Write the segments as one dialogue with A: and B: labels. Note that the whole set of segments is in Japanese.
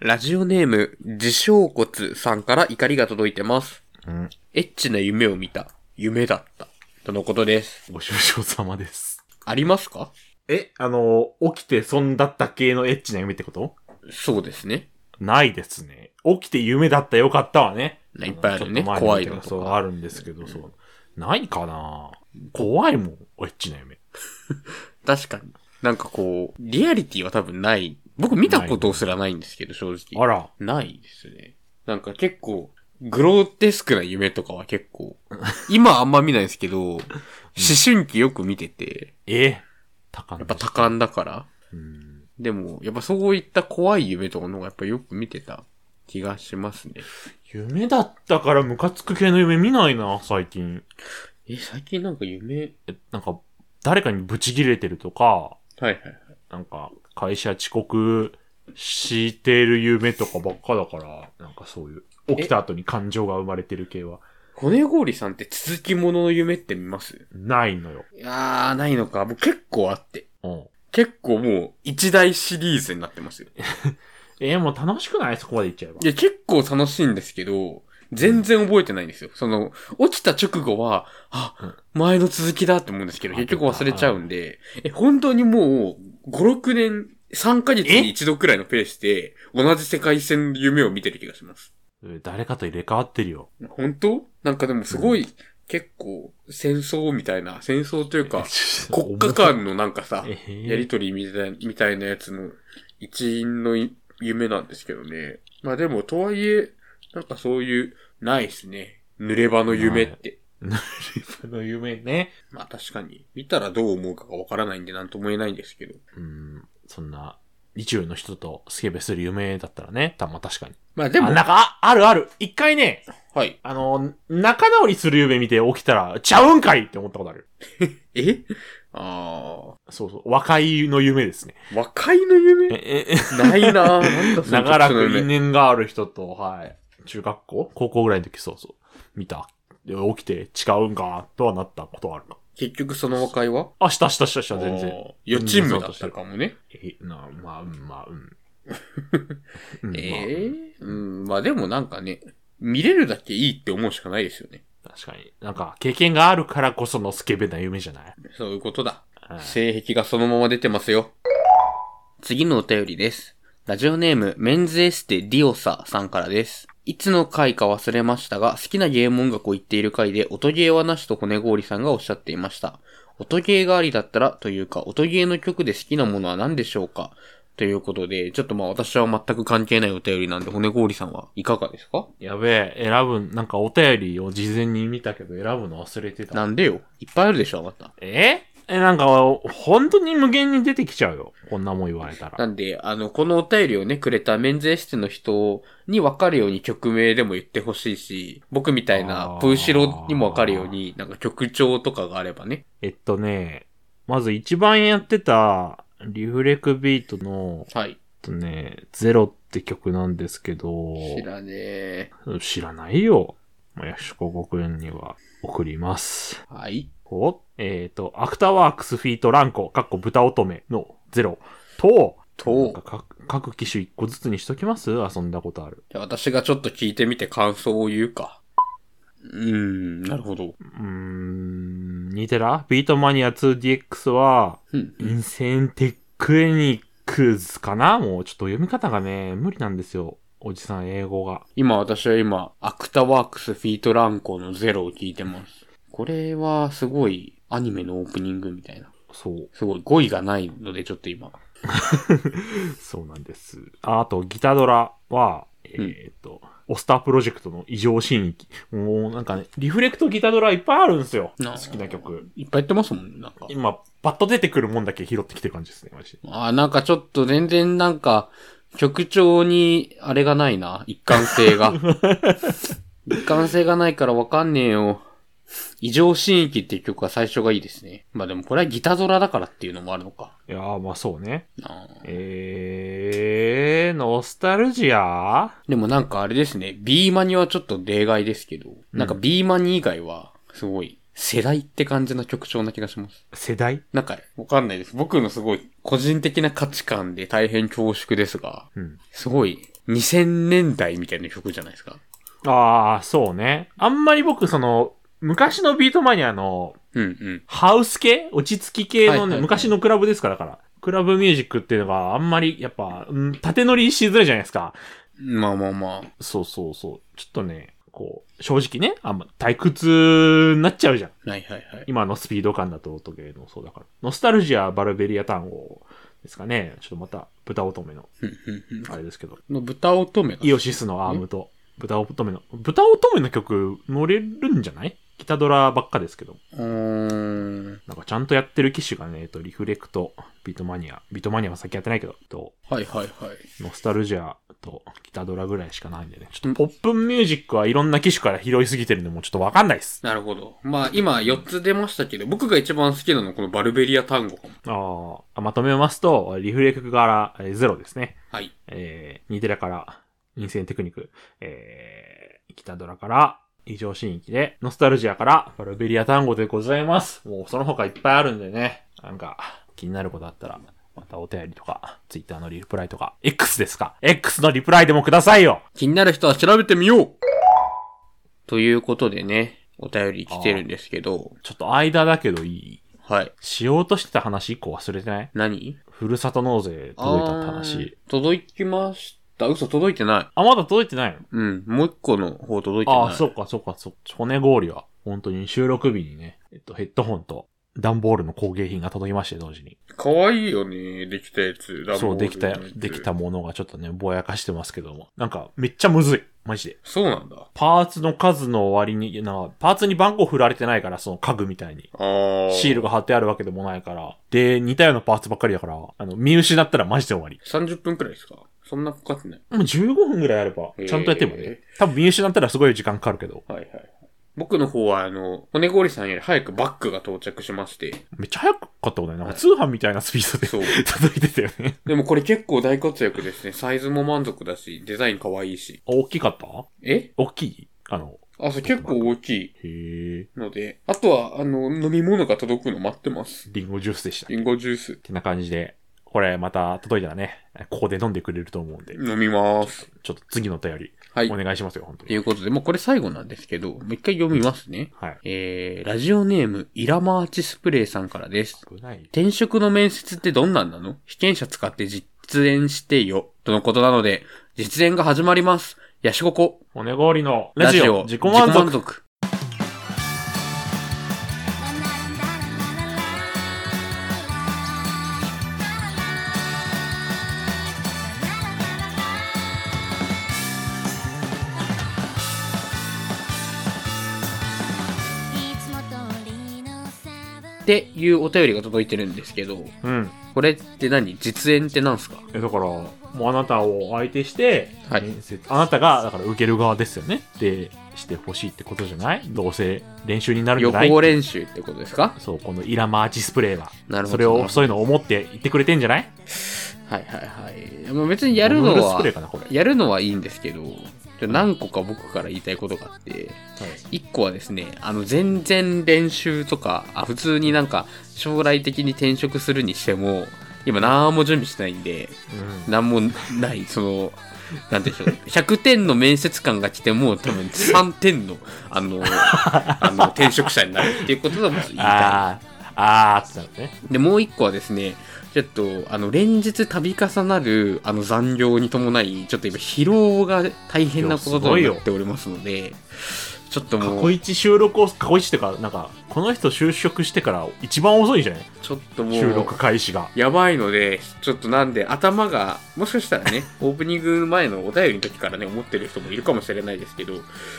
A: ラジオネーム、自称骨さんから怒りが届いてます。
B: うん。
A: エッチな夢を見た。夢だった。とのことです。
B: ご愁傷様です。
A: ありますか
B: え、あの、起きて損だった系のエッチな夢ってこと
A: そうですね。
B: ないですね。起きて夢だったよかったわね。
A: ねいっぱいあるね
B: ちょっと前見
A: 怖い
B: た
A: のとか
B: そう、あるんですけど、そう。ないかな怖いもん、エッチな夢。
A: 確かに。なんかこう、リアリティは多分ない。僕見たことすらないんですけど、正直。
B: あら。
A: ないですね。なんか結構、グロテスクな夢とかは結構、今あんま見ないですけど、思春期よく見てて、
B: え高
A: やっぱ多感だから。
B: うん。
A: でも、やっぱそういった怖い夢とかの方がやっぱよく見てた気がしますね。
B: 夢だったからムカつく系の夢見ないな、最近。
A: え、最近なんか夢、
B: え、なんか、誰かにブチ切れてるとか、
A: はいはいはい。
B: なんか、会社遅刻してる夢とかばっかだから、なんかそういう、起きた後に感情が生まれてる系は、
A: 骨氷さんって続きものの夢って見ます
B: ないのよ。
A: いやー、ないのか。もう結構あって。
B: うん。
A: 結構もう一大シリーズになってますよ。
B: えーもう楽しくないそこまで行っちゃえば
A: い。や、結構楽しいんですけど、全然覚えてないんですよ。その、落ちた直後は、あ、
B: うん
A: 前の続きだって思うんですけど、
B: あ
A: 結局忘れちゃうんで、え、本当にもう、5、6年、3ヶ月に一度くらいのペースで、同じ世界線の夢を見てる気がします。
B: うん誰かと入れ替わってるよ。
A: 本当なんかでもすごい、結構、戦争みたいな、戦争というか、国家間のなんかさ、
B: えー
A: やりとりみたいみたいなやつの一員のい夢なんですけどね。まあでも、とはいえ、なんかそういう、ないですね。濡れ場の夢って。
B: 自分の夢ね。
A: まあ確かに、見たらどう思うかがわからないんでなんとも言えないんですけど。
B: うん、そんな、日曜の人とスケベする夢だったらね、たま確かに。
A: まあで
B: でも、
A: も、
B: なんか、ああるある。一回ね、
A: はい。
B: あの、仲直りする夢見て起きたら、ちゃうんかいって思ったことある。
A: えあ
B: そうそう、和解の夢ですね。
A: あ、和解の夢
B: え、え、
A: ない なぁ。なんだその
B: 長らく
A: 特殊
B: 因
A: な夢
B: 縁がある人と、はい。中学校高校ぐらいの時、そうそう。見た。で起きて、違うんか、とはなったことはあるな。
A: 結局その和解は
B: あ、したしたしたした、全然。。
A: 予知夢だったかもね。
B: え、な、まあ、うん、まあ、うん。うんまあ
A: ええうん、まあでもなんかね、見れるだけいいって思うしかないですよね。
B: 確かに。なんか、経験があるからこそのスケベな夢じゃない、
A: そういうことだ。
B: はい
A: 性癖がそのまま出てますよ。次のお便りです。ラジオネーム、メンズエステディオサさんからです。いつの回か忘れましたが、好きなゲーム音楽を言っている回で、音ゲーはなしと骨氷さんがおっしゃっていました。音ゲーがありだったら、というか、音ゲーの曲で好きなものは何でしょうかということで、ちょっとまあ私は全く関係ないお便りなんで、骨氷さんはいかがですか
B: やべえ、選ぶ、なんかお便りを事前に見たけど選ぶの忘れてた。
A: なんでよ。いっぱいあるでしょ、あなた。
B: ええ、なんか、本当に無限に出てきちゃうよ。こんなもん言われた
A: な
B: ら。
A: んで、あの、このお便りをね、くれたメンズエステの人に分かるように曲名でも言ってほしいし、僕みたいな
B: あー
A: プーシロにも分かるように、なんか曲調とかがあればね。
B: えっとね、まず一番やってた、リフレクビートの、
A: はい。
B: えっとね、ゼロって曲なんですけど、
A: 知らねえ。
B: 知らないよ。まあ、ヤシココくんには送ります。
A: はい。
B: おえっ、と、アクターワークスフィートランコ、かっこ豚乙女のゼロと、なんか
A: と、
B: 各各機種一個ずつにしときます遊んだことある。
A: じゃあ私がちょっと聞いてみて感想を言うか。うーん、なるほど。
B: うーん、似てらビートマニア 2DX は、
A: うん。
B: インセンテクエニックスかなもうちょっと読み方がね、無理なんですよ。おじさん英語が。
A: 今私は今、アクタワークスフィートランコのゼロを聞いてます。これはすごいアニメのオープニングみたいな。
B: そう。
A: すごい語彙がないのでちょっと今。
B: そうなんです。ああと、ギタドラは、えーっと、オスタープロジェクトの異常新域。もうなんかね、リフレクトギタドラいっぱいあるんですよ。
A: な
B: 好きな曲。
A: いっぱいやってますもんね、なんか。
B: 今、パッと出てくるもんだけ拾ってきてる感じですね、マジで。
A: あーなんかちょっと全然なんか、曲調に、あれがないな。一貫性 が。一貫性がないからわかんねえよ。異常新域っていう曲は最初がいいですね。まあでもこれはギタドラだからっていうのもあるのか。
B: いやー、まあそうね。
A: あー
B: えー、ノスタルジア
A: でもなんかあれですね。B マニはちょっと例外ですけど、なんか B マニ以外は、すごい、世代って感じの曲調な気がします。
B: 世代
A: なんか、わかんないです。僕のすごい、個人的な価値観で大変恐縮ですが、
B: うん。
A: すごい、 2000年代みたいな曲じゃないですか。
B: ああ、そうね。あんまり僕、その、昔のビートマニアの、
A: うんうん。
B: ハウス系落ち着き系のね、
A: はいはいはい
B: 昔のクラブですから、だから。クラブミュージックっていうのがあんまり、やっぱ、うん縦乗りしづらいじゃないですか。
A: まあまあまあ。
B: そうそうそう。ちょっとね、こう、正直ね、あんま退屈になっちゃうじゃん。
A: はいはいはい。
B: 今のスピード感だと、時計のそうだから。ノスタルジア、バルベリア単語ですかね。ちょっとまた、豚乙女の、
A: うんうんうん
B: あれですけど。
A: の豚乙女が
B: イオシスのアームと、豚乙女の、豚乙女の曲乗れるんじゃないギタドラばっかですけど。
A: うーん。
B: なんかちゃんとやってる機種がね、えっと、リフレクト、ビートマニア、ビートマニアは先やってないけど、と、
A: はいはいはい。
B: ノスタルジアとギタドラぐらいしかないんでね。ちょっとポップンミュージックはいろんな機種から拾いすぎてるんで、もうちょっとわかんないっす。
A: なるほど。まあ今4つ出ましたけど、僕が一番好きなのはこのバルベリア単語かも。
B: ああ、まとめますと、リフレクからえーゼロですね。
A: はい。
B: えー、ニデラから、陰線テクニック、えー、北ドラから、異常新域で、ノスタルジアから、バルベリア単語でございます。もうその他いっぱいあるんでね、なんか、気になることあったら、またお便りとか、ツイッターのリプライとか、X ですか ?X のリプライでもくださいよ
A: 気になる人は調べてみようということでね、お便り来てるんですけど、
B: ちょっと間だけどいい
A: はい。
B: しようとしてた話一個忘れてない
A: 何
B: ふるさと納税届いたって話。
A: あー届きました。嘘、届いてない。
B: あまだ届いてないの
A: うん、もう一個の方届いてない。
B: ああ、そうか、そうか、そう。骨氷は、本当に収録日にね、えっと、ヘッドホンと、段ボールの工芸品が届きまして、同時に。
A: かわいいよね、できたやつ。ダンボール
B: そう、でき
A: の
B: た
A: や、つ
B: できた。ものがちょっとね、ぼやかしてますけども。なんか、めっちゃむずい。マジで。
A: そうなんだ。
B: パーツの数の割に、なんかパーツに番号振られてないから、その家具みたいに。
A: あー
B: シールが貼ってあるわけでもないから。で、似たようなパーツばっかりだから、あの、見失ったらマジで終わり。
A: 30分くらいですかそんなかかってない。
B: もう15分ぐらいあれば、ちゃんとやっても
A: へ
B: ね。多分見失ったらすごい時間かかるけど。
A: はいはい。僕の方は、あの、骨氷さんより早くバッグが到着しまして。
B: めっちゃ早かったことない。なんか通販みたいなスピードで
A: そう。
B: 届いてたよね。
A: でもこれ結構大活躍ですね。サイズも満足だし、デザインかわいいし。
B: 大きかった
A: え
B: 大きいあの、
A: あ、そう結構大きい
B: へえ。
A: ので。あとは、あの、飲み物が届くの待ってます。
B: リンゴジュースでした。っ
A: リンゴジュース
B: てな感じで、これまた届いたらね、ここで飲んでくれると思うんで、
A: 飲みます。
B: ちょっと次のお便り、
A: はい。
B: お願いしますよ、本当
A: と
B: に。
A: いうことで、もうこれ最後なんですけど、もう一回読みますね。
B: はい。
A: えー、ラジオネーム、イラマーチスプレイさんからです。
B: 少ない。
A: 転職の面接ってどんなんなの被験者使って実演してよ。とのことなので、実演が始まります。ヤシココ。
B: 骨氷のラジオ、自己満
A: 自己
B: 足。
A: 満足。っていうお便りが届いてるんですけど、
B: うん。
A: これって何実演ってなんすか
B: え、だから、もうあなたを相手して、
A: はい
B: 面接あなたが、だから受ける側ですよね。で、してほしいってことじゃないどうせ練習になるんじ
A: 予
B: ゃない
A: 行練習ってことですか
B: そう、このイラマーチスプレーは。
A: なるほど
B: それを、そういうのを思って言ってくれてんじゃない
A: はいはいはい。まあ別にやるの
B: ゴムス
A: は
B: プレー、かな、これ。
A: やるのはいいんですけど、ちょ何個か僕から言いたいことがあって、1個はですね、あの、全然練習とか、あ普通になんか、将来的に転職するにしても、今何も準備してないんで、
B: うん。
A: 何もない、その、なんて言うんでしょう。100点の面接官が来ても、多分3点の、あ の、あの転職者になるっていうことがまず言いたい。
B: ああ、ああーってなるね。
A: で、もう一個はですね、ちょっと、あの、連日度重なる、あの、残業に伴い、ちょっと今、疲労が大変なことになっておりますので、ちょっと
B: 過
A: も
B: 去
A: う、
B: 一収録を、過去一っていうか、なんか、この人就職してから一番遅いんじゃない
A: ちょっとも
B: 収
A: う
B: 録、開始が。
A: やばいので、ちょっとなんで、頭が、もしかしたら ね、オープニング前のお便りの時からね、思ってる人もいるかもしれないですけど、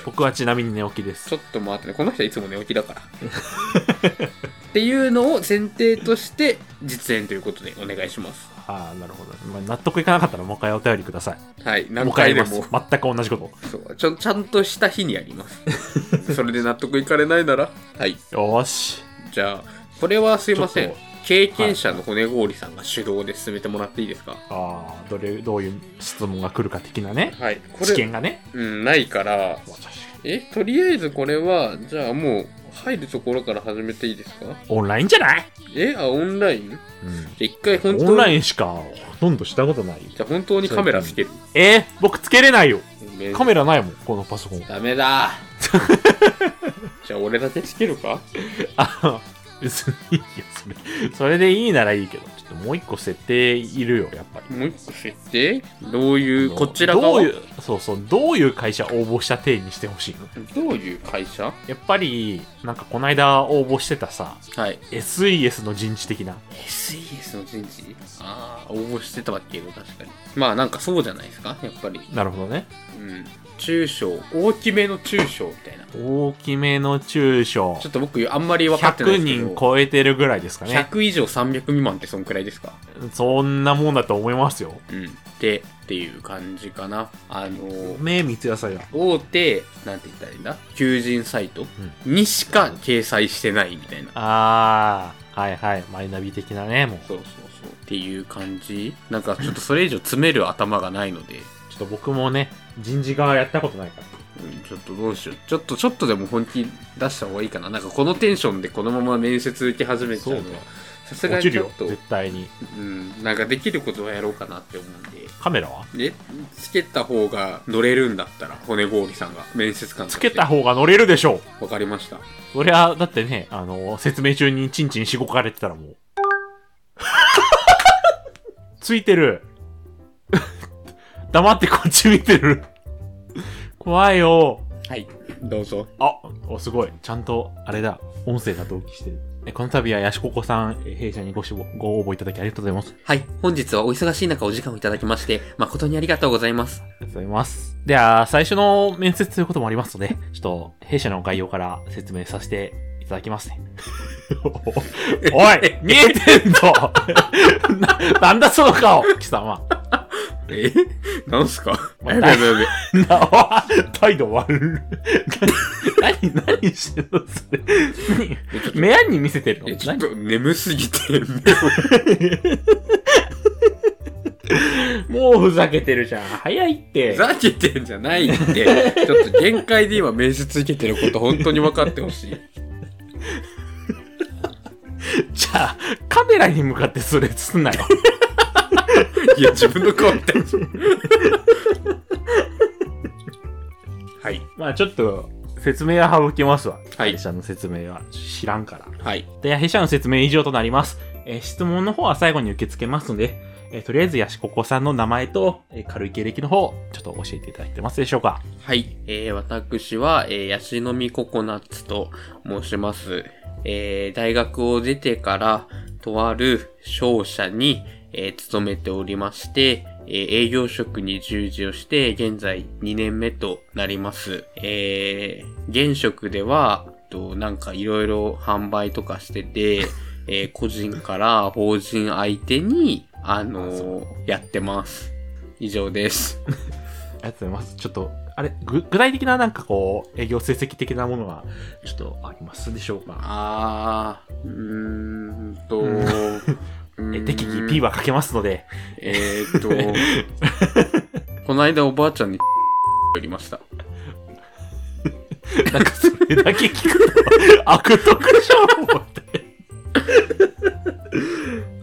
B: 僕はちなみに寝起きです。
A: ちょっと待ってね、この人はいつも寝起きだから。 っていうのを前提として、実演ということでお願いします。
B: ああ、なるほど。まあ、納得いかなかったらもう一回お便りください。
A: はい、
B: もう
A: 何
B: 一回
A: 回
B: や
A: で
B: り
A: も。
B: ます。全く同じこと。
A: そうちょちゃんとした日にやります それで納得いかれないならはい
B: よーし。
A: じゃあこれはすいませ
B: ちょ
A: ん
B: っと
A: 経験者の骨氷さんが主導で進めてもらっていいですか
B: ああ、どれ、どういう質問が来るか的なね。
A: はいこ
B: 知
A: れ
B: 見がね。
A: うんないからえとりあえずこれはじゃあもう入るところから始めていいですか
B: オンラインじゃない、
A: えあ、オンライン
B: う
A: 一回本
B: ん、オン
A: 当
B: ラ
A: に、
B: インしかほとんどしたことないよ
A: じゃあ本当にカメラつける。
B: えー、僕つけれないよ
A: め
B: カメラないもんこのパソコン
A: ダメ だ。じゃあ俺だけつけるか
B: あ別にいいよそれそれでいいならいいけどちょっともう一個設定いるよやっぱり
A: もう一個設定どういう、こちら側
B: どういうそうそうどういう会社応募した体にしてほしいの
A: どういう会社
B: やっぱりなんかこないだ応募してたさ
A: はい。
B: SES の人事的な
A: SES の人事ああ、応募してたわけよ、確かに。まあなんかそうじゃないですか、やっぱり。
B: なるほどね
A: うん。中小、大きめの中小みたいな。
B: 大きめの中小
A: ちょっと僕あんまり分かってないで
B: 100
A: すけど。
B: 人超えてるぐらいですかね
A: 100以上300未満ってそんくらいですか
B: そんなもんだと思いますよ
A: うん。で、っていう感じかな。あのー
B: ね三ツ矢サイダー
A: 大手、なんて言ったらいいんだ求人サイトにしか掲載してないみたいな。
B: ああはいはいマイナビ的なねもう
A: そうそうそう。っていう感じなんかちょっとそれ以上詰める頭がないので、
B: ちょっと僕もね人事側やったことないから
A: うんちょっとどうしよう。ちょっと、ちょっとでも本気出した方がいいかな。なんかこのテンションでこのまま面接受け始めちゃうのは、さすが
B: 落
A: に
B: ち
A: ち
B: る
A: ょ
B: よ
A: っと、
B: 絶対に
A: うん、なんかできることはやろうかなって思うんで。
B: カメラは
A: で、つけた方が乗れるんだったら、骨氷さんが面接官とし
B: つ
A: て
B: けた方が乗れるでしょう
A: わかりました。
B: そりゃだってねあの説明中にチンチンしごかれてたらもう ついてる 黙ってこっち見てる怖いよ
A: はい。どうぞ。
B: あおすごい。ちゃんと、あれだ。音声が同期してる。えこの度は、ヤシココさん、え弊社にごしごご応募いただきありがとうございます。あ
A: はい。本日はお忙しい中お時間をいただきまして、誠にありがとうございます。
B: りがとうございます。では、最初の面接ということもありますので、ちょっと、弊社の概要から説明させていただきま すね。おい見えてんの ななんだその顔貴様。
A: えなんすか
B: ま
A: やべやべやべ。
B: なわ態度悪い。何、何してんのそれ。何目安に見せてるの
A: えちょっ
B: 何
A: と眠すぎて、目を
B: もうふざけてるじゃん。早いって。
A: ふ ざけてんじゃないって、ちょっと限界で今面接受けてること本当に分かってほしい。
B: じゃあ、カメラに向かってそれすんなよ。
A: いや、自分の顔みたいに。はい。
B: まあちょっと、説明は省きますわ。
A: はい
B: 弊社の説明は知らんから。
A: はい。
B: で、弊社の説明以上となります。えー質問の方は最後に受け付けますので、えーとりあえず、ヤシココさんの名前と、えー軽い経歴の方、ちょっと教えていただいてますでしょうか。
A: はい。えー、私は、えー、ヤシのみココナッツと申します。えー、大学を出てから、とある商社に、えー勤めておりまして、えー営業職に従事をして、現在2年目となります。えー、現職では、となんかいろいろ販売とかしてて、えー個人から法人相手に、あのーやってます。以上です。
B: ありがとうございます。ちょっと、あれ、ぐ具体的ななんかこう、営業成績的なものは、ちょっとありますでしょうか。
A: あー、うーんと、
B: う
A: え
B: えー、適宜 P はかけますので、
A: えーっ と、この間おばあちゃんに 寄りました。
B: なんかそれだけ聞くと悪徳じゃん思って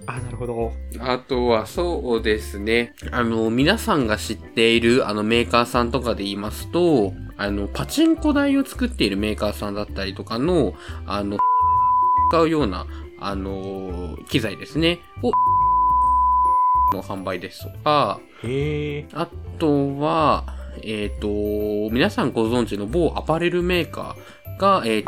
B: あなるほど
A: あとは、そうですね。あの、皆さんが知っている、あの、メーカーさんとかで言いますと、あの、パチンコ台を作っているメーカーさんだったりとかの、あの、 使うような、あの、機材ですね。を、 の販売ですとか、
B: へえ
A: あとは、えっ、と、皆さんご存知の某アパレルメーカーが、えー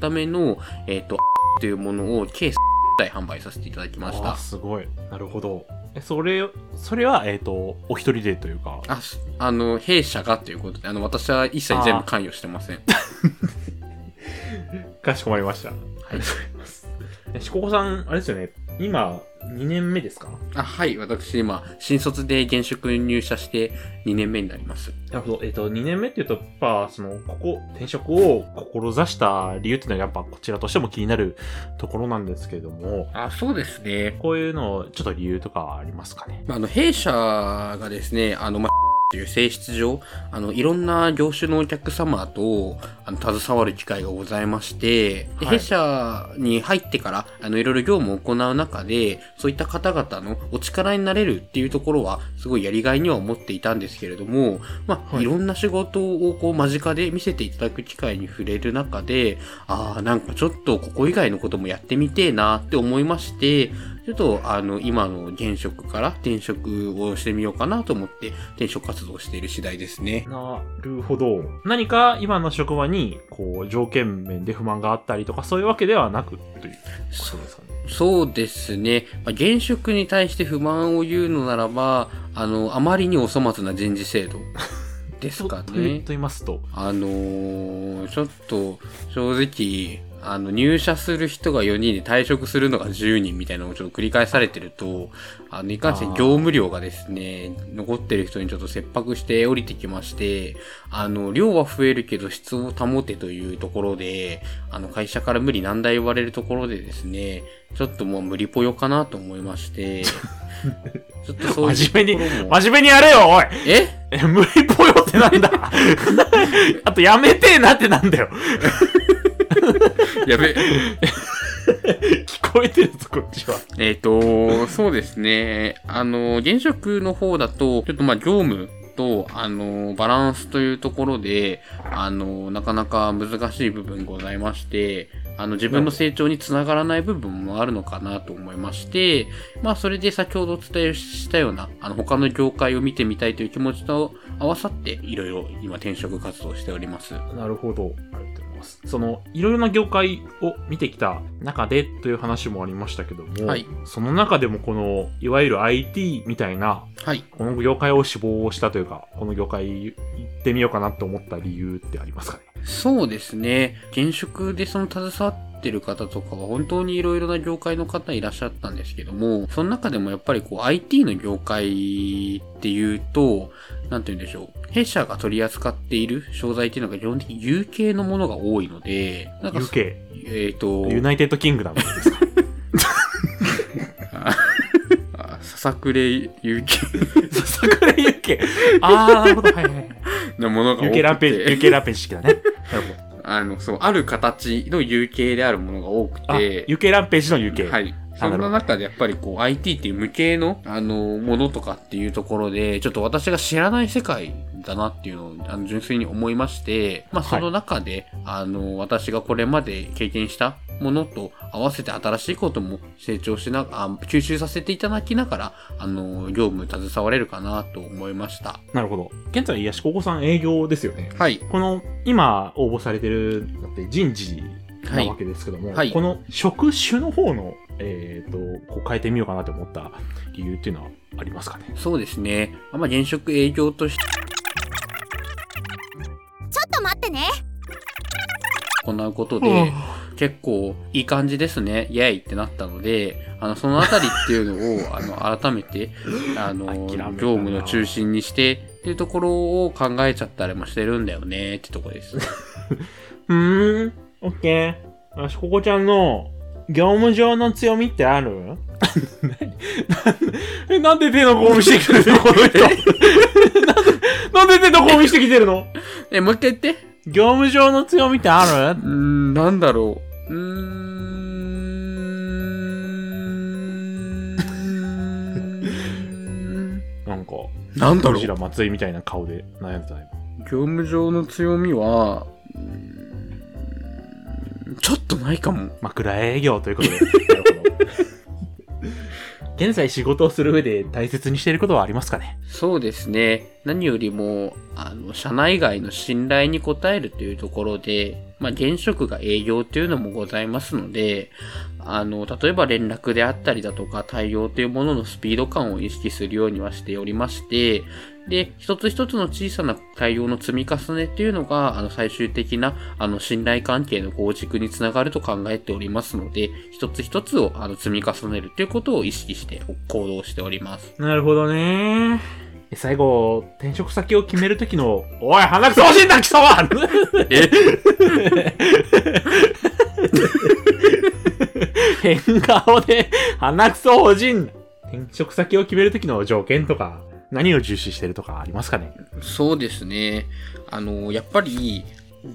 A: ための、えっ、と、というものを計体販売させていただきました。
B: すごいなるほどえそれそれはえっ、とお一人でというか
A: あ、すあの、弊社がということで、あの、私は一切全部関与してません。
B: かしこまりました
A: はい。
B: えしここさんあれですよね今2年目ですか
A: あ、はい。私、今、新卒で現職入社して2年目になります。
B: なるほどえっ、と2年目っていうとやっぱそのここ転職を志した理由っていうのはやっぱこちらとしても気になるところなんですけれども
A: あ、そうですね。
B: こういうのちょっと理由とかはありますかね
A: まあ、あの、弊社がですね、あの、まあ、っていう性質上、あの、いろんな業種のお客様と、あの、携わる機会がございまして、で
B: は
A: 弊
B: い
A: 社に入ってから、あの、いろいろ業務を行う中で、そういった方々のお力になれるっていうところは、すごいやりがいには思っていたんですけれども、まあ、
B: はい
A: いろんな仕事をこう、間近で見せていただく機会に触れる中で、ああ、なんかちょっとここ以外のこともやってみてえなって思いまして、ちょっとあの、今の現職から転職をしてみようかなと思って、転職活動をしている次第ですね。
B: なるほど。何か今の職場に、こう、条件面で不満があったりとか、そういうわけではなく、ということですかね。
A: そうですね。まあ現職に対して不満を言うのならば、あの、あまりにお粗末な人事制度です か
B: とと言
A: ね
B: と。言いますと、
A: あのーちょっと、正直、あの、入社する人が4人で退職するのが10人みたいなのをちょっと繰り返されてると、あの、いかんせん
B: あー
A: 業務量がですね、残ってる人にちょっと切迫して降りてきまして、あの、量は増えるけど質を保てというところで、あの、会社から無理難題言われるところでですね、ちょっともう無理ぽよかなと思いま して、ちょっとそういうと
B: 真
A: ころ
B: 面目に
A: も。
B: 真面目にやれよ、おい
A: え
B: え、無理ぽよってなんだあと、やめてえなってなんだよ。
A: やべ。
B: 聞こえてるぞ、こっちは。
A: えっ、と、そうですね。あの、現職の方だと、ちょっとまあ業務と、あの、バランスというところで、あの、なかなか難しい部分ございまして、あの、自分の成長につながらない部分もあるのかなと思いまして、まあ、それで先ほどお伝えしたような、あの、他の業界を見てみたいという気持ちと合わさって、いろいろ今転職活動をしております。
B: なるほど。ありがとうございます。その、いろいろな業界を見てきた中でという話もありましたけども、
A: はい
B: その中でもこの、いわゆる IT みたいな、
A: はい。
B: この業界を志望したというか、この業界行ってみようかなと思った理由ってありますかね
A: そうですね。現職でその携わってる方とかは本当にいろいろな業界の方いらっしゃったんですけども、その中でもやっぱりこう IT の業界っていうと、なんて言うんでしょう。弊社が取り扱っている商材っていうのが基本的に UK のものが多いので、なんかそ、
B: ?UK。
A: えっ、と、
B: ユナイテッドキングダムですか
A: あささくれ UK
B: 桜井 UK。あー、なるほど。はいはいはい。
A: のものが多くて。
B: UK ランページ、UK ランページ式だね。なるほど。
A: あの、そう、ある形の UK であるものが多く
B: あ、
A: て。
B: UK ランページの UK。
A: はい。
B: な
A: そ
B: るほど
A: んな中でやっぱりこう IT っていう無形のあのものとかっていうところで、ちょっと私が知らない世界だなっていうのをあの純粋に思いまして、まあ
B: は
A: そ
B: い
A: の中で、あの私がこれまで経験したものと合わせて新しいことも成長しなあ吸収させていただきながら、あの業務に携われるかなと思いました。
B: なるほど。現在、癒し高校さん営業ですよね。
A: はい。
B: この、今応募されてるのって人事
A: は
B: ないわ。けですけども、
A: はい
B: この職種の方の、えっ、と、こう変えてみようかなと思った理由っていうのはありますかね
A: そうですね。あまあ現職営業として
C: ちょっと待ってね
A: 行うことで、結構いい感じですね、イェイってなったので、あの、そのあたりっていう のを、あの、改めて、あの、
B: 諦
A: 業
B: めたな
A: 務の中心にして、っていうところを考えちゃったりもしてるんだよね、ってとこ です。
B: うーん、オッケー。よし、ここちゃんの業務上の強みってある え、なんで手の公務してきて るのこの人。 なんでなんで手の公務してきてるの
A: え、もう一回言って。
B: 業務上の強みってある
A: うーん、なんだろう。うーん。
B: なんか、
A: なんだ
B: ど
A: ろ
B: ちら
A: う。
B: 松井みたいな顔で悩んでたよ。
A: 業務上の強みは、うーんちょっとないかも。
B: 枕営業ということで。 現在仕事をする上で大切にしていることはありますかね
A: そうですね。何よりも、あの、社内外の信頼に応えるというところで、まあ、現職が営業というのもございますので、あの、例えば連絡であったりだとか、対応というもののスピード感を意識するようにはしておりまして、で、一つ一つの小さな対応の積み重ねっていうのが、あの、最終的な、あの、信頼関係の構築につながると考えておりますので、一つ一つを、あの、積み重ねるということを意識して行動しております。
B: なるほどね。え最後、転職先を決めるときの、おい、鼻くそ欲しいんだ、貴 様変顔で、鼻くそ欲しいんだ。転職先を決めるときの条件とか、何を重視してるとかありますかね
A: そうですね。あの、やっぱり、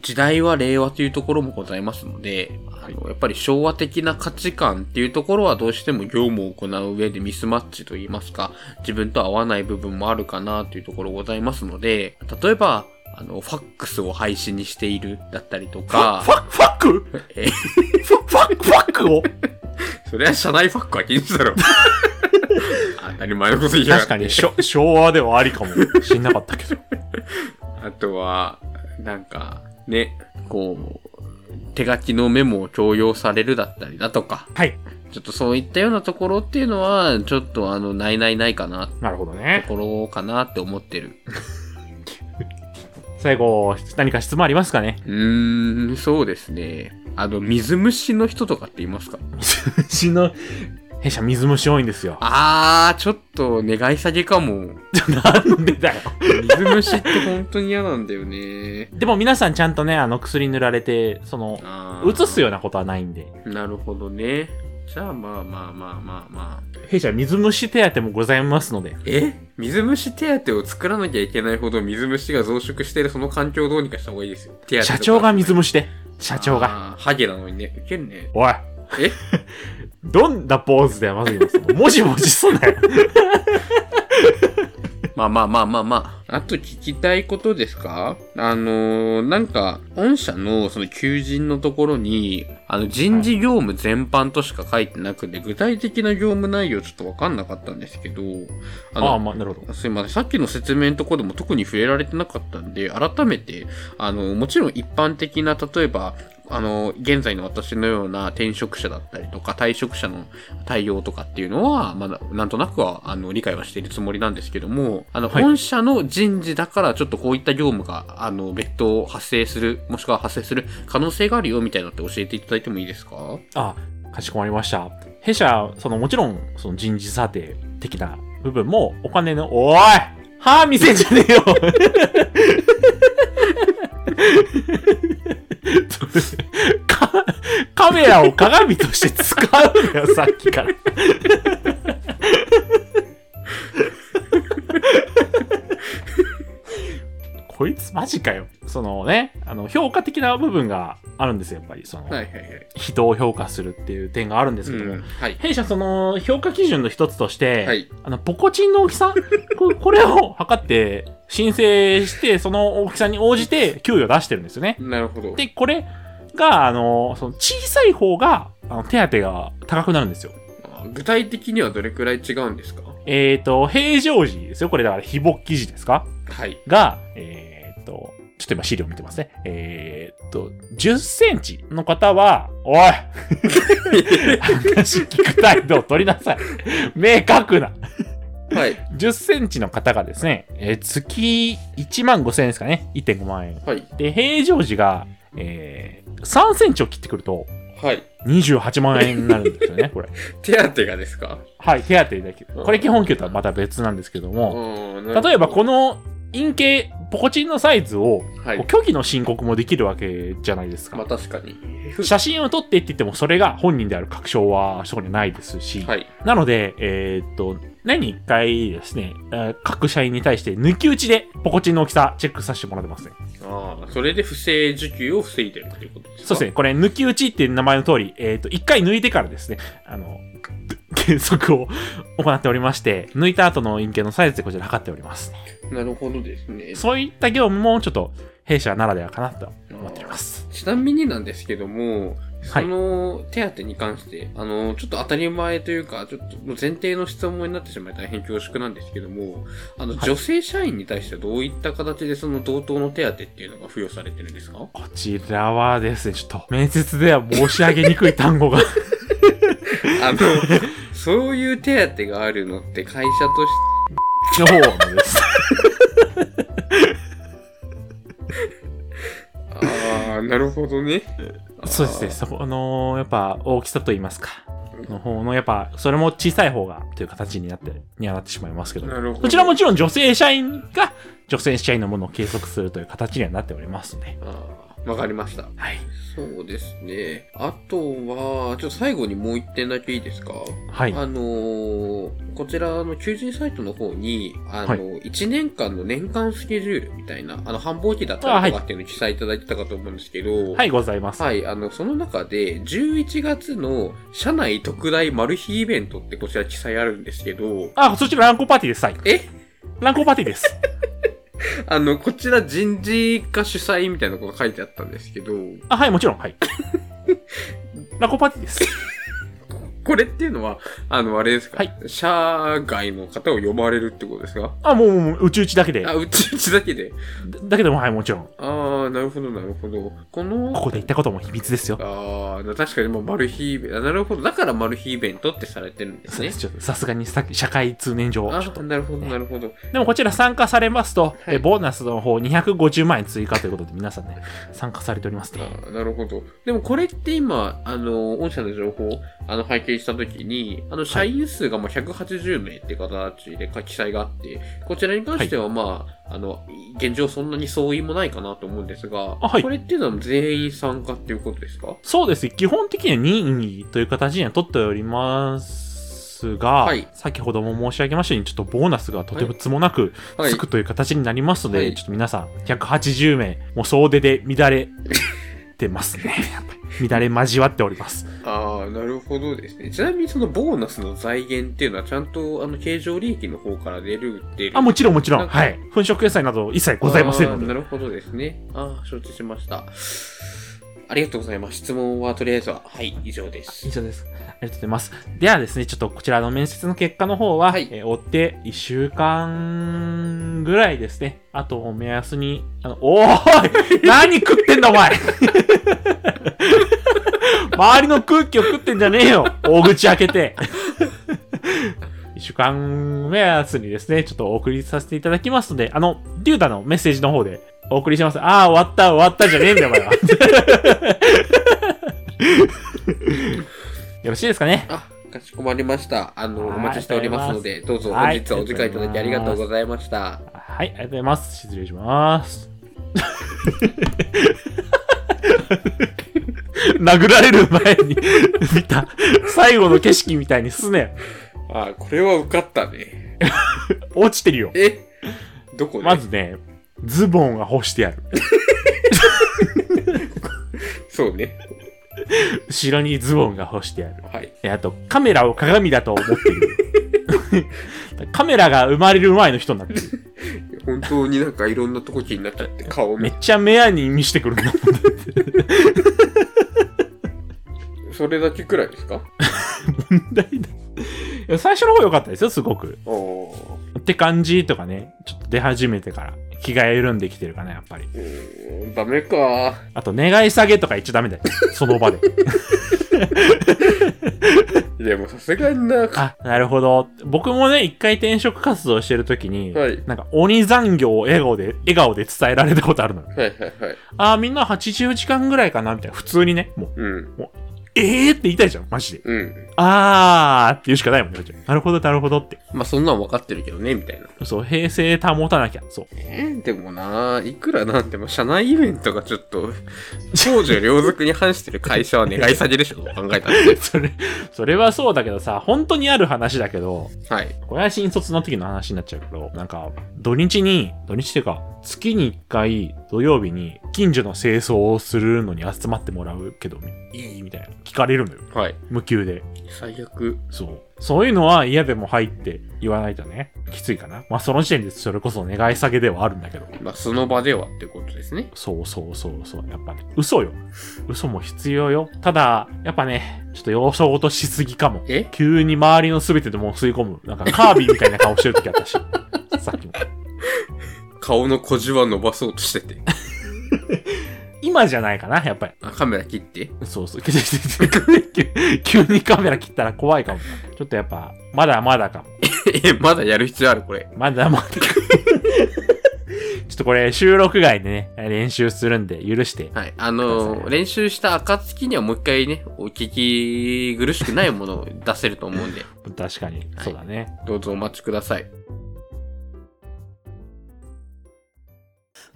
A: 時代は令和というところもございますので、あの、やっぱり昭和的な価値観っていうところはどうしても業務を行う上でミスマッチといいますか、自分と合わない部分もあるかなというところございますので、例えば、あの、ファックスを廃止にしているだったりとか、
B: ファファックフ
A: え
B: ァファックファックを
A: それは社内ファックは禁止だ ろ。当たり前のこと言いやがっ
B: 確
A: て
B: かにしょ昭和ではありかも知んなかっ たけど。
A: あとは、なんか、ね、こう、手書きのメモを強要されるだったりだとか、
B: はい。
A: ちょっとそういったようなところっていうのは、ちょっとあの、ないないないかな、
B: なるほど
A: と
B: ね。
A: ころかなって思ってる。
B: 最後、何か質問ありますかね
A: うーん、そうですね。あの、水虫の人とかって言いますか
B: うちの弊社水虫多いんですよ。
A: あー、ちょっと願い下げかも。
B: なんでだよ。
A: 水虫って本当に嫌なんだよね。
B: でも皆さんちゃんとね、あの薬塗られて、その、
A: あー
B: 移すようなことはないんで。
A: なるほどね。じゃあ、まあまあまあまあまあ。
B: 弊社水虫手当もございますので。
A: え水虫手当を作らなきゃいけないほど水虫が増殖しているその環境をどうにかした方がいいですよ。手当とか
B: 社長が水虫で。社長
A: あ
B: が。
A: ーハゲなのにね。ウケるね。
B: おい。
A: え
B: どんなポーズでまずいんですかもじもじすなよ。
A: まあまあまあまあまあ。あと聞きたいことですかあのーなんか、御社のその求人のところに、あの人事業務全般としか書いてなくて、具体的な業務内容ちょっとわかんなかったんですけど、あの
B: ああ、まあ、なるほど。
A: すいません。さっきの説明のところでも特に触れられてなかったんで、改めて、あの、もちろん一般的な、例えば、あの、現在の私のような転職者だったりとか、退職者の対応とかっていうのは、まだ、なんとなくは、あの、理解はしているつもりなんですけども、あの、
B: はい
A: 本社の人事だから、ちょっとこういった業務が、あの、別途発生する、もしくは発生する可能性があるよ、みたいなのって教えていただいてもいいですか
B: あかしこまりました。弊社、そのもちろん、その人事査定的な部分も、お金の、おい歯見せんじゃねえよ かカメラを鏡として使うのよ、さっきから。こいつマジかよ。そのね、あの、評価的な部分があるんですよ、やっぱり。その、
A: はいはいはい。
B: 人を評価するっていう点があるんですけども、
A: うん、はい。
B: 弊社その評価基準の一つとして、
A: はい。
B: あのポコチンの大きさ ここれを測って申請してその大きさに応じて給与を出してるんですよね。
A: なるほど。
B: でこれがあのその小さい方があの手当が高くなるんですよ。
A: あ具体的にはどれくらい違うんですか
B: えっ、と平常時ですよこれだから非勃起時ですか
A: はい。
B: が、えっ、とちょっと今資料見てますね。えっ、と、10センチの方は、おい 話聞く態度を取りなさい。明確な。
A: はい。
B: 10センチの方がですね、えー月1万5千円ですかね。1.5万円。
A: はい。
B: で、平常時が、えー3センチを切ってくると、
A: はい。
B: 28万円になるんですよね、これ。
A: 手当がですか
B: はい、手当だけ。これ基本給とはまた別なんですけども、例
A: 例
B: えばこの陰茎、ポコチンのサイズを、
A: はい
B: こう。虚偽の申告もできるわけじゃないですか。
A: まあ確かに。
B: 写真を撮ってって言っても、それが本人である確証はそこにはないですし、
A: はい。
B: なので、えーっと、年に1回ですね、えー各社員に対して抜き打ちでポコチンの大きさチェックさせてもらってますね。
A: ああ、それで不正受給を防いでるっていうことですか
B: そうですね、これ抜き打ちっていう名前の通り、えーっと、1回抜いてからですね、あの、 計測を行っておりまして、抜いた後の陰茎のサイズでこちら測っております。
A: なるほどですね。
B: そういった業務もちょっと弊社ならではかなと思っております。
A: ちなみになんですけども、
B: は
A: そ
B: い
A: の手当に関して、あの、ちょっと当たり前というか、ちょっともう前提の質問になってしまい大変恐縮なんですけども、あの、
B: はい
A: 女性社員に対してはどういった形でその同等の手当っていうのが付与されてるんですか
B: こちらはですね、ちょっと面接では申し上げにくい単語が
A: あ の、そういう手当があるのって会社とし
B: の方です。
A: て、ああ、なるほどね。
B: そうですね、そこあのーやっぱ大きさと言いますか。の方の、やっぱ、それも小さい方が、という形になって、にはなってしまいますけど。
A: なるほど
B: こちらもちろん女性社員が、女性社員のものを計測するという形にはなっておりますね。
A: あーわかりました。
B: はい。
A: そうですね。あとは、ちょっと最後にもう一点だけいいですか
B: はい。
A: あのーこちらの求人サイトの方に、あのー、1年間の年間スケジュールみたいな、あの、繁忙期だったりとかっていうのを記載いただいてたかと思うんですけど、
B: はい、ございます。
A: はい、あの、その中で、11月の社内特大マル秘イベントってこちら記載あるんですけど、
B: あ、そちら乱行パーティーです。はい。
A: え
B: 乱行パーティーです。
A: あの、こちら人事が主催みたいなことが書いてあったんですけど、
B: あ、はい、もちろん。はい。乱行パーティーです。
A: これっていうのは、あの、あれですか、
B: はい
A: 社外の方を呼ばれるってことですか
B: あ、もうもう、うちうちだけで。だ
A: あ、うちうちだけで。
B: だけども、はい、もちろん。
A: ああ、なるほど、なるほど。この、
B: ここで言ったことも秘密ですよ。
A: ああ、確かにもうマル秘イベント、あなるほど。だからマル秘イベントってされてるんですね。
B: ちょっとさすがにさ社会通念上。
A: あ
B: ちょっと
A: ーなるほど、なるほど。
B: でもこちら参加されますと、
A: はい
B: えボーナスの方250万円追加ということで皆さんね、参加されております
A: あ
B: ね。
A: ーなるほど。でもこれって今、あの、御社の情報、あの、拝見したときに、あの、社員数がまあ180名って形で書き記載があって、こちらに関してはまあ、あの、現状そんなに相違もないかなと思うんですが、
B: あはい
A: これっていうのは全員参加っていうことですか
B: そうです。基本的には任意という形には取っておりますが、
A: はい
B: 先ほども申し上げましたように、ちょっとボーナスがとてつもなく
A: はい
B: つ。くという形になりますので、
A: はい
B: ちょっと皆さん、180名、もう総出で乱れてます ね。やっぱり乱れ交わっております。
A: ああ、なるほどですね。ちなみにそのボーナスの財源っていうのはちゃんと、あの、経常利益の方から出るって
B: あ、もちろんもちろ。
A: なんんか
B: はい。粉飾野菜など一切ございません
A: あー
B: の
A: な
B: で。
A: るほどですね。ああ、承知しました。ありがとうございます。質問はとりあえずは、はい、以上です
B: 以。上です。ありがとうございます。ではですね、ちょっとこちらの面接の結果の方は、
A: はい
B: えー追って1週間ぐらいですね。あと、お目安に、あの、おーい何食ってんだお前周りの空気を食ってんじゃねえよ大口開けて一週間目安にですね、ちょっとお送りさせていただきますので、あの、デュータのメッセージの方でお送りします。ああ、終わった、終わったじゃねえんだよ、お前は。よろしいですかね
A: あ、かしこまりました。あの、お
B: はい
A: 待ちしておりますので、どうぞ本日はお時間いただきありがとうございました。
B: はい、ありがとうございます。失礼します。 殴られる前に見た最後の景色みたいにすね。
A: あー、これは受かったね。
B: 落ちてるよ。
A: えどこで
B: まずね、ズボンは干してある。
A: そうね。
B: 後ろにズボンが干してある。
A: はい。
B: えあと、カメラを鏡だと思っている。 カメラが生まれる前の人になってる。
A: 本当になんかいろんなとこ気になっちゃって、顔を
B: め
A: 見
B: っちゃ目やに見してくるんだ もんね
A: それだけくらいですか
B: 問題だ。いや最初の方良かったですよ、すごく。
A: おお
B: って感じとかね、ちょっと出始めてから気が緩んできてるかな、やっぱり。
A: ー。うーん、ダメか。
B: あと、願い下げとか言っちゃダ メだよ。その場で。
A: でもさすがにな。
B: あ、なるほど。僕もね、一回転職活動してる時に、
A: はい
B: なんか鬼残業を笑顔で、笑顔で伝えられたことあるのよ。
A: はいはいはい。
B: あーみんな80時間ぐらいかな、みたいな。普通にね、もう、
A: うん。
B: えーって言いたいじゃん、マジで。
A: うん。
B: あーって言うしかないもんね、こっちはなるほど、なるほどって。
A: まあそんなん分かってるけどね、みたいな。
B: そう、平成保たなきゃ。そう。
A: えーでもな、いくらなんでも社内イベントがちょっと、長女両属に反してる会社は願い下げで しょ、どう考えたらね。
B: それ、それはそうだけどさ、本当にある話だけど、
A: はい。
B: これは新卒の時の話になっちゃうけど、なんか、土日に、土日っていうか、月に一回、土曜日に、近所の清掃をするのに集まってもらうけど、いいみたいな。聞かれるのよ。
A: はい。
B: 無給で。
A: 最悪。
B: そう。そういうのは嫌でも入って言わないとね、きついかな。まあ、その時点でそれこそ願い下げではあるんだけど。
A: まあその場ではってことですね。
B: そうそうそうそう。やっぱね、嘘よ。嘘も必要よ。ただ、やっぱね、ちょっと様相落としすぎかも。
A: え
B: 急に周りの全てでもう吸い込む。なんかカービィみたいな顔してる時あったし。さっきも。
A: 顔の小じわ伸ばそうとしてて。
B: 今じゃないかな、やっぱり。
A: あ、カメラ切って。
B: そう そう。急にカメラ切ったら怖いかも。ちょっとやっぱ、まだまだかも。
A: え、まだやる必要あるこれ。
B: まだまだ。 ちょっとこれ収録外でね、練習するんで許して。
A: はい。あのー練習した暁にはもう一回ね、お聞き苦しくないものを出せると思うんで、
B: 確かに。そうだね。
A: どうぞお待ちください。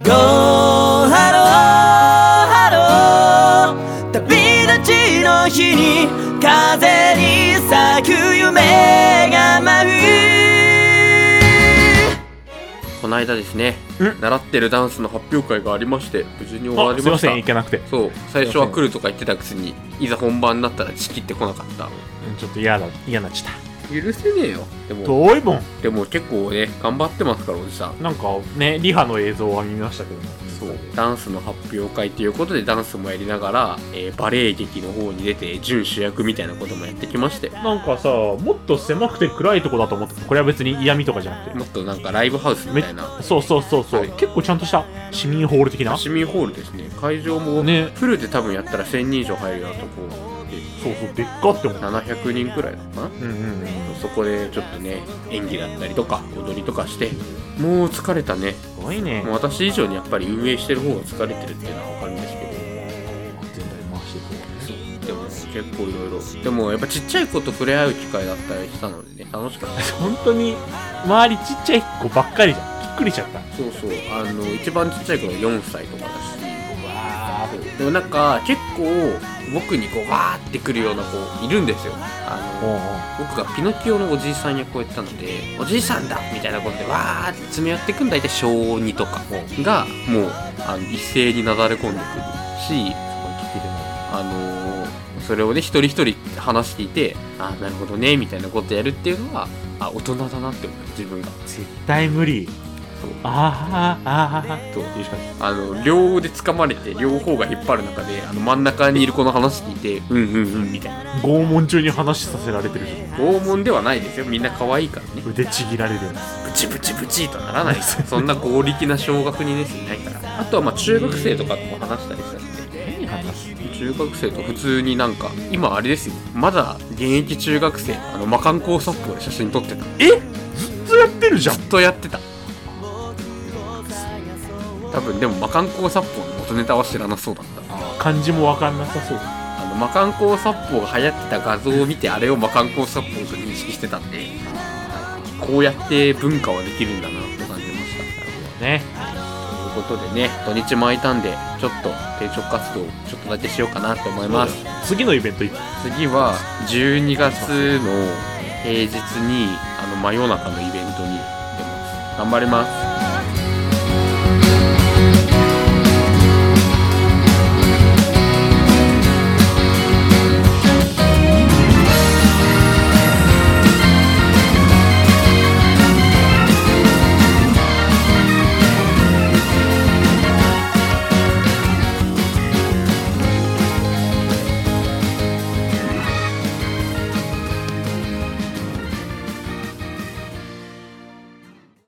C: Go, hello, hello. の日に風に咲く夢が舞う
A: この間ですね、
B: うん
A: 習ってるダンスの発表会がありまして無事に終わ
B: あ
A: り
B: すい
A: ま
B: ま
A: した
B: せん、行けなくて。
A: そう最初は来るとか言ってたくせにいざ本番になったらチキってこなかった
B: うんちょっと嫌だ、嫌になっちゃっ
A: 許せねえよで
B: た。
A: も
B: 遠いもん。
A: でも結構ね頑張ってますからおじさん
B: なんかね、リハの映像は見ましたけども。
A: そうダンスの発表会ということでダンスもやりながら、えーバレエ劇の方に出て準主役みたいなこともやってきまして
B: なんかさ、もっと狭くて暗いとこだと思ってたこれは別に嫌味とかじゃなくて。
A: もっとなんかライブハウスみたいな
B: そうそうそうそう、
A: はい
B: 結構ちゃんとした市民ホール的なそ
A: 市民ホールですね会場も
B: ね
A: フルで多分やったら1000人以上入るようなとこで
B: うそうでっかって思った
A: 700人くらいだったかな
B: うんうん
A: そこでちょっとね演技だったりとか踊りとかしてもう疲れたね
B: すごいね
A: もう私以上にやっぱり運営してる方が疲れてるっていうのは分かるんですけど
B: 全体回していこ
A: そうでもね結構いろいろでもやっぱちっちゃい子と触れ合う機会だったりしたのでね楽しかった
B: う本当に周りちっちゃい子ばっかりじゃんびっくりしちゃった
A: そうそうあの一番ちっちゃい子が4歳とかだし
B: わ
A: でもなんか結構僕にこうわーってくるような子いるんですよあの
B: おうおう
A: 僕がピノキオのおじいさん役をやってたのでおじいさんだみたいなことでわーって詰め寄ってくんだ大体小2とかがもうあの一斉になだれ込んでくるし
B: 聞いてるな
A: あのーそれをね一人一人話していてあーなるほどねみたいなことやるっていうのはあ大人だなって思う自分が
B: 絶対無理
A: そう
B: あーあーあ
A: そう
B: あしか
A: あの両腕掴まれて両方が引っ張る中であの真ん中にいる子の話聞いてうんうんうんみたいな
B: 拷問中に話させられてるじ
A: 拷問ではないですよみんな可愛いからね
B: ゃん腕ちぎられるやつ
A: ブチブチブチとはならないですよ そんな合力な小学2年生いないからあとはまあ中学生とかとも話したりしたんで
B: 何話す
A: 中学生と普通になんか今あれですよまだ現役中学生あの魔漢光殺法で写真撮ってた
B: ずっとやってるじゃん
A: ずっとやってた多分でも魔漢光殺法の元ネタは知らなそうだった
B: 漢字もわかんなさそうだ
A: あの魔漢光殺法が流行ってた画像を見てあれを魔漢光殺法と認識してたんでこうやって文化はできるんだなと感じました
B: ね
A: ということでね土日も空いたんでちょっと定職活動をちょっとだけしようかなと思います
B: 次のイベント行く
A: 次は12月の平日にあの真夜中のイベントに出ます頑張ります